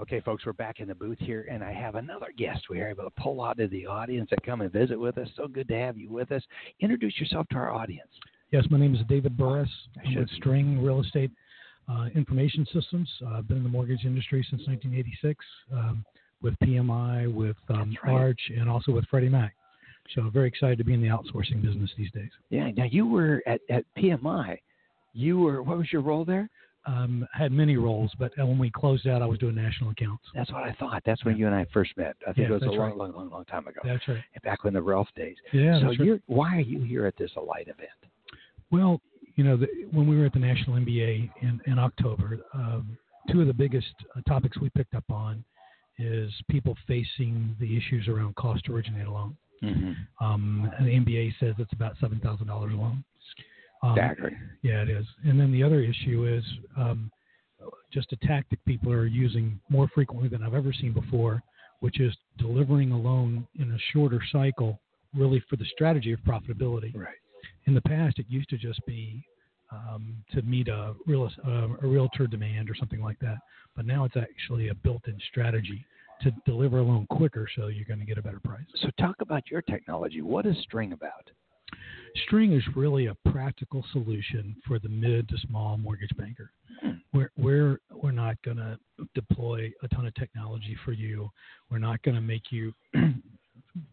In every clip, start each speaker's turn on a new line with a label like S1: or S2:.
S1: Okay, folks, we're back in the booth here, and I have another guest we are able to pull out of the audience that come and visit with us. So good to have you with us. Introduce yourself to our audience.
S2: Yes, my name is David Burris.
S1: I
S2: I'm
S1: should
S2: with
S1: be.
S2: String Real Estate uh, Information Systems. Uh, I've been in the mortgage industry since 1986 um, with PMI, with um,
S1: That's right.
S2: Arch, and also with Freddie Mac. So very excited to be in the outsourcing business these days.
S1: Yeah, now you were at, at PMI. You were, what was your role there?
S2: Um, I had many roles, but when we closed out, I was doing national accounts.
S1: That's what I thought. That's when you and I first met. I think
S2: Yeah,
S1: it was a
S2: that's
S1: long,
S2: right.
S1: long, long, long time ago.
S2: That's right.
S1: Back when the Ralph days.
S2: Yeah.
S1: so
S2: that's right.
S1: you're, why are you here at this Alight event?
S2: Well, you know, the, when we were at the National NBA in, in October, um, two of the biggest uh, topics we picked up on is people facing the issues around cost to originate a loan.
S1: Mm-hmm.
S2: Um, and the NBA says it's about seven thousand dollars a loan. Um,
S1: Staggering.
S2: Yeah, it is. And then the other issue is um, just a tactic people are using more frequently than I've ever seen before, which is delivering a loan in a shorter cycle, really for the strategy of profitability.
S1: Right.
S2: In the past, it used to just be um, to meet a real uh, a realtor demand or something like that, but now it's actually a built-in strategy to deliver a loan quicker, so you're going to get a better price.
S1: So talk about your technology. What is String about?
S2: String is really a practical solution for the mid to small mortgage banker.
S1: Hmm.
S2: We're, we're, we're not going to deploy a ton of technology for you. We're not going to make you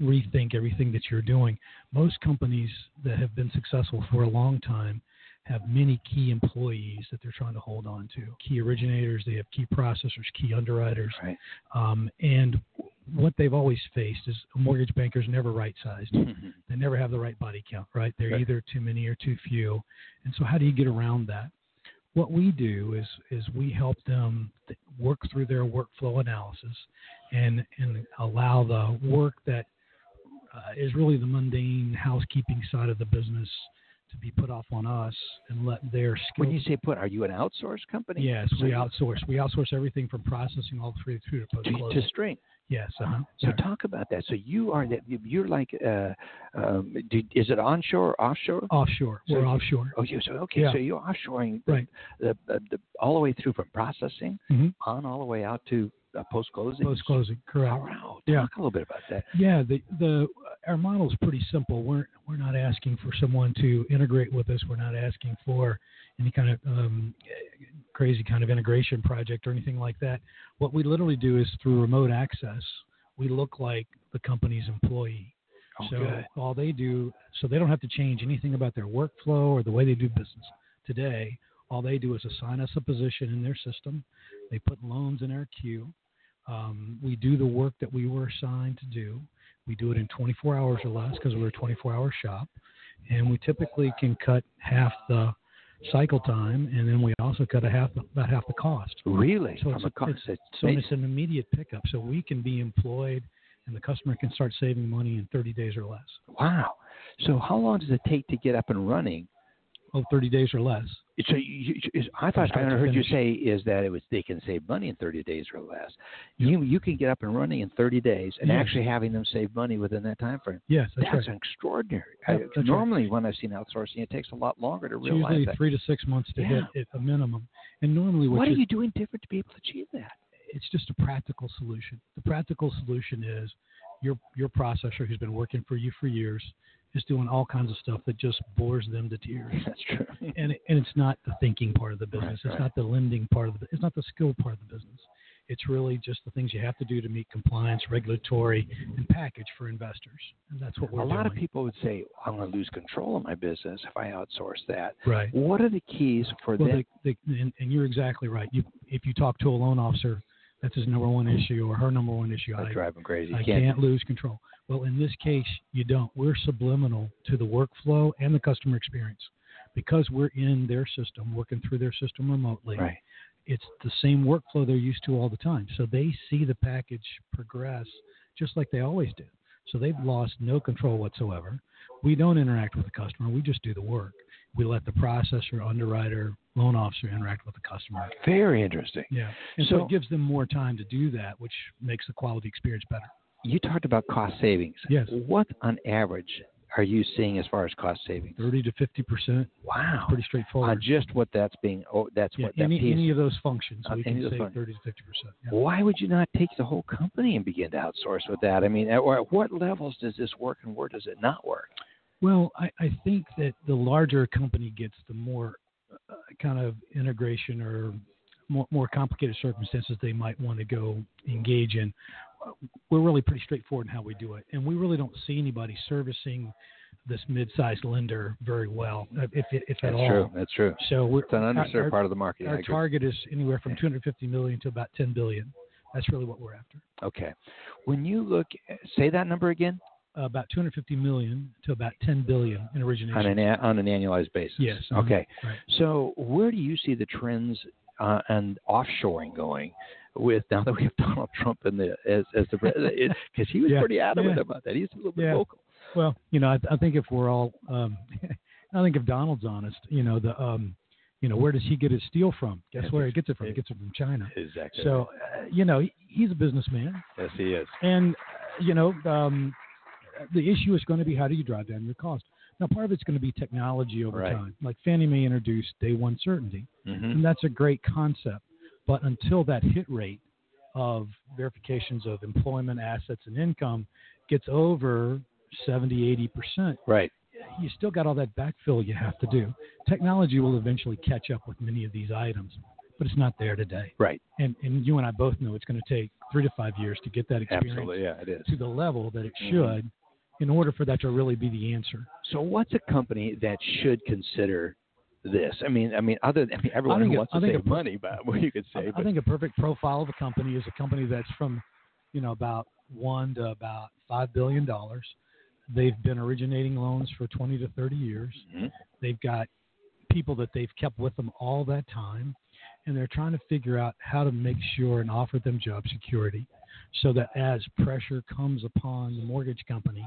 S2: rethink everything that you're doing. Most companies that have been successful for a long time have many key employees that they're trying to hold on to key originators, they have key processors, key underwriters.
S1: Right.
S2: Um, and what they've always faced is a mortgage banker's never right sized they never have the right body count, right? They're
S1: Right.
S2: either too many or too few. And so, how do you get around that? What we do is is we help them th- work through their workflow analysis, and and allow the work that uh, is really the mundane housekeeping side of the business to be put off on us, and let their skill.
S1: when you say put, are you an outsourced company?
S2: yes,
S1: So
S2: we
S1: you-
S2: outsource. We outsource everything from processing all the way through to post
S1: to, to
S2: closing.
S1: String.
S2: Yes. Uh-huh.
S1: So talk about that. So you are that you're like uh, um, do, is it onshore or offshore?
S2: offshore.
S1: So
S2: We're
S1: you-
S2: offshore.
S1: Oh, you so okay.
S2: Yeah.
S1: So you're offshoring
S2: Right.
S1: the, the, the all the way through from processing
S2: Mhm.
S1: on all the way out to uh, post closing.
S2: Post closing. Correct.
S1: Wow.
S2: Yeah.
S1: Talk a little bit about that.
S2: Yeah, the the our model is pretty simple. We're we're not asking for someone to integrate with us. We're not asking for any kind of um, crazy kind of integration project or anything like that. What we literally do is through remote access, we look like the company's employee.
S1: Oh,
S2: so
S1: good.
S2: all they do, so they don't have to change anything about their workflow or the way they do business today. All they do is assign us a position in their system. They put loans in our queue. Um, we do the work that we were assigned to do. We do it in 24 hours or less because we're a 24 hour shop. And we typically can cut half the cycle time, and then we also cut a half about half the cost.
S1: Really?
S2: So
S1: from
S2: it's
S1: a
S2: a-
S1: cost,
S2: it's-
S1: it's
S2: So
S1: amazing.
S2: it's an immediate pickup. So we can be employed, and the customer can start saving money in 30 days or less.
S1: wow. So how long does it take to get up and running?
S2: Oh, 30 days or less.
S1: So you, you- is, I thought I
S2: start to
S1: heard you
S2: finish.
S1: say is that it was they can save money in 30 days or less. You you can get up and running in 30 days and
S2: Yes.
S1: actually having them save money within that time frame.
S2: Yes, that's,
S1: That's
S2: right.
S1: extraordinary.
S2: Yeah,
S1: I-
S2: that's right.
S1: normally, when I've seen outsourcing, it takes a lot longer to
S2: It's
S1: realize
S2: usually
S1: that.
S2: three to six months to
S1: Yeah.
S2: hit at a minimum. And normally, what,
S1: What are
S2: you,
S1: you doing different to be able to achieve that?
S2: it's just a practical solution. The practical solution is your your processor who's been working for you for years is doing all kinds of stuff that just bores them to tears.
S1: That's true.
S2: and it, and it's not the thinking part of the business.
S1: Right,
S2: it's
S1: right.
S2: not the lending part of the. It's not the skill part of the business. It's really just the things you have to do to meet compliance, regulatory, and package for investors. And that's what we're
S1: A lot of
S2: doing.
S1: people would say, "I'm going to lose control of my business if I outsource that."
S2: right?
S1: What are the keys for
S2: Well,
S1: them?
S2: the, the, and, and you're exactly right. You, if you talk to a loan officer, that's his number one issue or her number one issue.
S1: That's
S2: I,
S1: driving crazy.
S2: I
S1: You
S2: can't lose control. Well, in this case, you don't. We're subliminal to the workflow and the customer experience because we're in their system, working through their system remotely.
S1: Right.
S2: it's the same workflow they're used to all the time. So they see the package progress just like they always do. So they've lost no control whatsoever. We don't interact with the customer, we just do the work. We let the processor, underwriter, loan officer interact with the customer.
S1: Very interesting.
S2: Yeah. And so,
S1: So-
S2: it gives them more time to do that, which makes the quality experience better.
S1: You talked about cost savings.
S2: Yes.
S1: What on average are you seeing as far as cost savings?
S2: 30 to 50 percent.
S1: Wow.
S2: Pretty
S1: On
S2: straightforward.
S1: just what that's being, oh, that's
S2: Yeah,
S1: what that
S2: any,
S1: piece.
S2: any of those functions,
S1: On
S2: we
S1: any
S2: can
S1: of those
S2: save
S1: functions.
S2: 30 to 50 percent. Yeah.
S1: Why would you not take the whole company and begin to outsource with that? I mean, at, at what levels does this work and where does it not work?
S2: Well, I, I think that the larger a company gets, the more uh, kind of integration or more, more complicated circumstances they might want to go engage in. Uh, We're really pretty straightforward in how we do it, and we really don't see anybody servicing this mid-sized lender very well, uh, if if at
S1: That's
S2: all.
S1: true. That's true.
S2: So we're
S1: It's an
S2: our-
S1: underserved
S2: our-
S1: part of the market. I
S2: Our
S1: agree.
S2: target is anywhere from 250 million to about 10 billion. That's really what we're after.
S1: Okay. When you look, say that number again
S2: Uh, about 250 million to about 10 billion in origination.
S1: on an a- on an annualized basis.
S2: Yes. uh-huh,
S1: Okay.
S2: right.
S1: So where do you see the trends uh, and offshoring going? With now that we have Donald Trump in the as as the president, because he was
S2: Yeah.
S1: pretty adamant
S2: Yeah.
S1: about that. He's a little bit
S2: Yeah.
S1: vocal.
S2: Well, you know, I, I think if we're all, um, I think if Donald's honest, you know, the, um, you know, where does he get his steel from? Guess where he gets it from? He gets it from China.
S1: Exactly.
S2: So, uh, you know, he, he's a businessman,
S1: yes, he is.
S2: and uh, you know, um, the issue is going to be how do you drive down your cost. Now, part of it's going to be technology over
S1: Right.
S2: time. Like Fannie Mae introduced day one certainty,
S1: hmm
S2: and that's a great concept. But until that hit rate of verifications of employment, assets, and income gets over 70, 80 percent,
S1: Right.
S2: you still got all that backfill you have to do. Technology will eventually catch up with many of these items, but it's not there today.
S1: Right.
S2: And, and you and I both know it's going to take three to five years to get that experience
S1: Absolutely. Yeah, it is.
S2: to the level that it
S1: Mhm.
S2: should in order for that to really be the answer.
S1: So what's a company that should consider this? I mean, I mean, other than I mean, everyone
S2: think
S1: who
S2: a-
S1: wants
S2: I
S1: to
S2: think
S1: save
S2: a-
S1: money, but well, you could
S2: I-
S1: say,
S2: I
S1: but
S2: think a perfect profile of a company is a company that's from, you know, about one to about $5 billion. They've been originating loans for 20 to 30 years.
S1: Mhm.
S2: They've got people that they've kept with them all that time, and they're trying to figure out how to make sure and offer them job security so that as pressure comes upon the mortgage company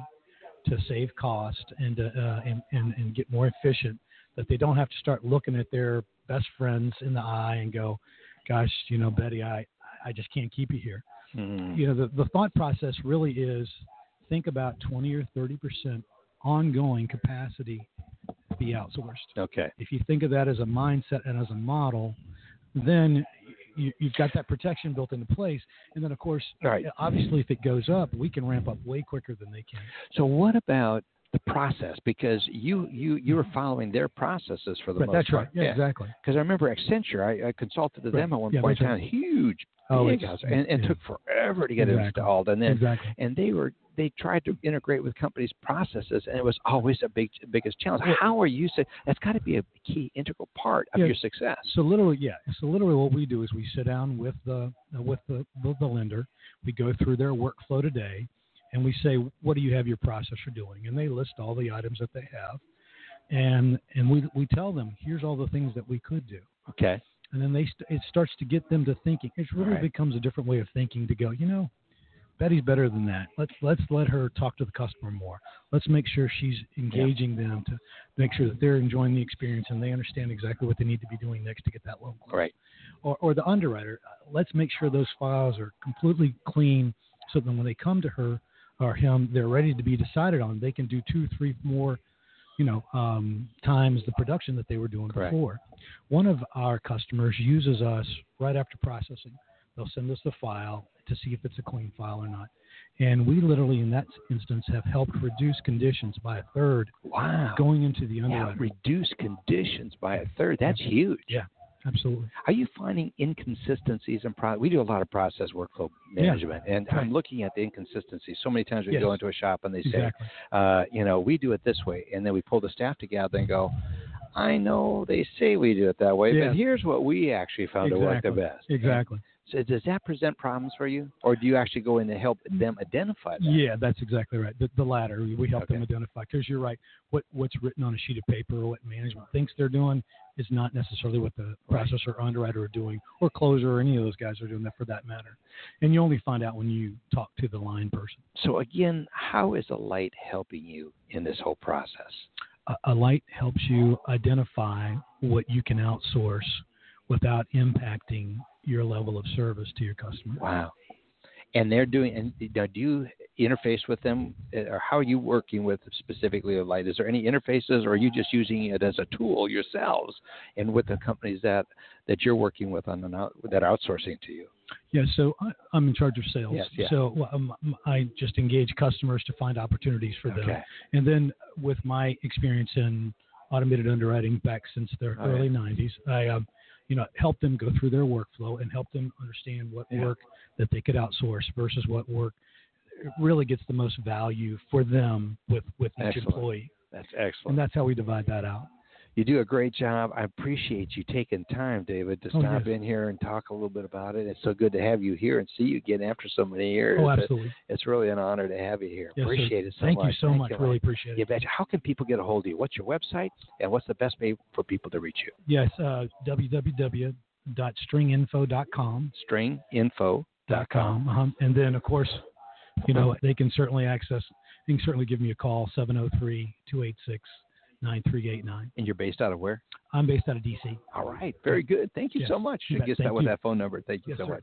S2: to save cost and, to, uh, and, and, and get more efficient, that they don't have to start looking at their best friends in the eye and go, gosh, you know, Betty, I, I just can't keep you here
S1: Mhm.
S2: you know the, the thought process really is think about 20 or 30 percent ongoing capacity be outsourced
S1: okay,
S2: if you think of that as a mindset and as a model then you, you've got that protection built into place and then of course
S1: all right.
S2: obviously if it goes up we can ramp up way quicker than they can
S1: So what about the process? Because you you you were following their processes for the
S2: but
S1: most
S2: that's Mm-hmm. right
S1: part.
S2: yeah, exactly
S1: Because I remember Accenture, I, I consulted with
S2: Right.
S1: them at one
S2: Yeah,
S1: point.
S2: that's
S1: Found huge,
S2: Oh,
S1: big
S2: it's-
S1: house, and, and
S2: yeah.
S1: took forever to get it
S2: Exactly.
S1: installed. And then
S2: exactly
S1: and they were they tried to integrate with companies' processes, and it was always the big biggest challenge.
S2: Yeah.
S1: How are you? Say, that's got to be a key integral part of
S2: Yeah.
S1: your success.
S2: So literally, yeah. So literally, what we do is we sit down with the uh, with the, the the lender. We go through their workflow today, and we say, "What do you have your processor doing?" And they list all the items that they have, and and we we tell them, "Here's all the things that we could do."
S1: Okay.
S2: And then they st- it starts to get them to thinking. It really
S1: Right.
S2: becomes a different way of thinking to go. You know, Betty's better than that. Let's let's let her talk to the customer more. Let's make sure she's engaging them to make sure that they're enjoying the experience and they understand exactly what they need to be doing next to get that loan closed.
S1: Right.
S2: Or, or the underwriter. uh, Let's make sure those files are completely clean, so that when they come to her or him, they're ready to be decided on. They can do two, three more, you know, um, times the production that they were doing
S1: Correct.
S2: before. One of our customers uses us right after processing. They'll send us the file to see if it's a clean file or not. And we literally, in that instance, have helped reduce conditions by a third
S1: Wow.
S2: going into the
S1: Yeah,
S2: underwriter.
S1: reduce conditions by a third. That's huge.
S2: Yeah. Absolutely.
S1: Are you finding inconsistencies in pro? We do a lot of process workflow management, and
S2: Right.
S1: I'm looking at the inconsistencies. So many times we
S2: Yes.
S1: go into a shop and they say,
S2: Exactly.
S1: uh, you know, we do it this way, and then we pull the staff together and go, I know they say we do it that way,
S2: Yeah.
S1: but here's what we actually found to work the best.
S2: Exactly.
S1: So does that present problems for you, or do you actually go in to help
S2: Mm.
S1: them identify that?
S2: Yeah, that's exactly right. The, the latter, we we help them
S1: Okay.
S2: identify because you're right. What what's written on a sheet of paper or what management thinks they're doing is not necessarily what the
S1: Right.
S2: processor, underwriter are doing, or closer, or any of those guys are doing that for that matter. And you only find out when you talk to the line person.
S1: So again, how is the light helping you in this whole process?
S2: A, a light helps you identify what you can outsource without impacting your level of service to your customer.
S1: Wow. And they're doing. And now, do you interface with them, uh, or how are you working with specifically the light? Is there any interfaces, or are you just using it as a tool yourselves and with the companies that that you're working with on an out, that are outsourcing to you?
S2: Yeah, so I, I'm in charge of sales.
S1: Yes, yeah.
S2: So well, um, I just engage customers to find opportunities for them.
S1: Okay.
S2: And then with my experience in automated underwriting back since the
S1: Oh, yeah.
S2: early 90s, I, um, you know, helped them go through their workflow and help them understand what
S1: Yeah.
S2: work that they could outsource versus what work really gets the most value for them with, with each
S1: Excellent.
S2: employee.
S1: That's excellent.
S2: And that's how we divide that out.
S1: you do a great job. I appreciate you taking time, David, to
S2: Oh,
S1: stop
S2: yes.
S1: in here and talk a little bit about it. It's so good to have you here and see you again after so many years.
S2: Oh,
S1: It-
S2: absolutely.
S1: It's really an honor to have you here.
S2: Yes, sir.
S1: appreciate it so
S2: Thank
S1: much.
S2: you so much. Really appreciate it.
S1: You betcha. How can people get a hold of you? What's your website, and what's the best way for people to reach you?
S2: Yes, uh, www.stringinfo.com.
S1: Stringinfo.com.
S2: com. Um, and then, of course, you know, they can certainly access, they can certainly give me a call, 703 286 9389.
S1: And you're based out of where?
S2: I'm based out of D.C.
S1: All right. Very good. Thank you
S2: Yes,
S1: so much.
S2: you
S1: I
S2: bet.
S1: guess that
S2: Thank
S1: was
S2: you.
S1: that phone number. Thank you
S2: Yes,
S1: so
S2: sir.
S1: much.